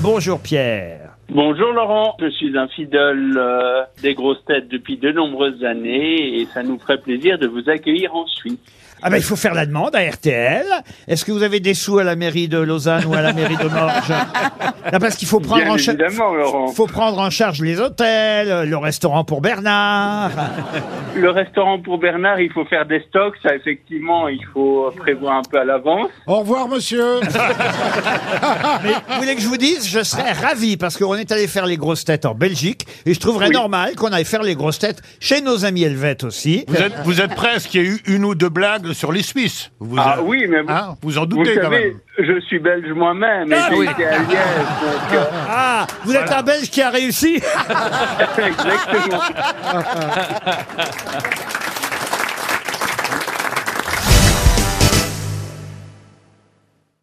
Bonjour Pierre. Bonjour Laurent, je suis un fidèle euh, des grosses têtes depuis de nombreuses années et ça nous ferait plaisir de vous accueillir en Suisse. Ah ben il faut faire la demande à RTL. Est-ce que vous avez des sous à la mairie de Lausanne ou à la mairie de Morges Non, Parce qu'il faut prendre Bien en charge. évidemment Laurent. Faut prendre en charge les hôtels, le restaurant pour Bernard. Le restaurant pour Bernard, il faut faire des stocks, ça effectivement il faut prévoir un peu à l'avance. Au revoir, monsieur. Vous voulez que je vous dise, je serais ravi parce qu'on est allé faire les grosses têtes en Belgique et je trouverais normal qu'on aille faire les grosses têtes chez nos amis helvètes aussi. Vous êtes, vous êtes prêts à ce qu'il y ait eu une ou deux blagues sur les Suisses Vous vous Ah en- oui, mais vous, hein, vous en vous doutez quand savez, même. je suis belge moi-même et Ah j'ai oui. été à Liège, donc euh, euh, Ah, vous êtes un Belge qui a réussi exactement.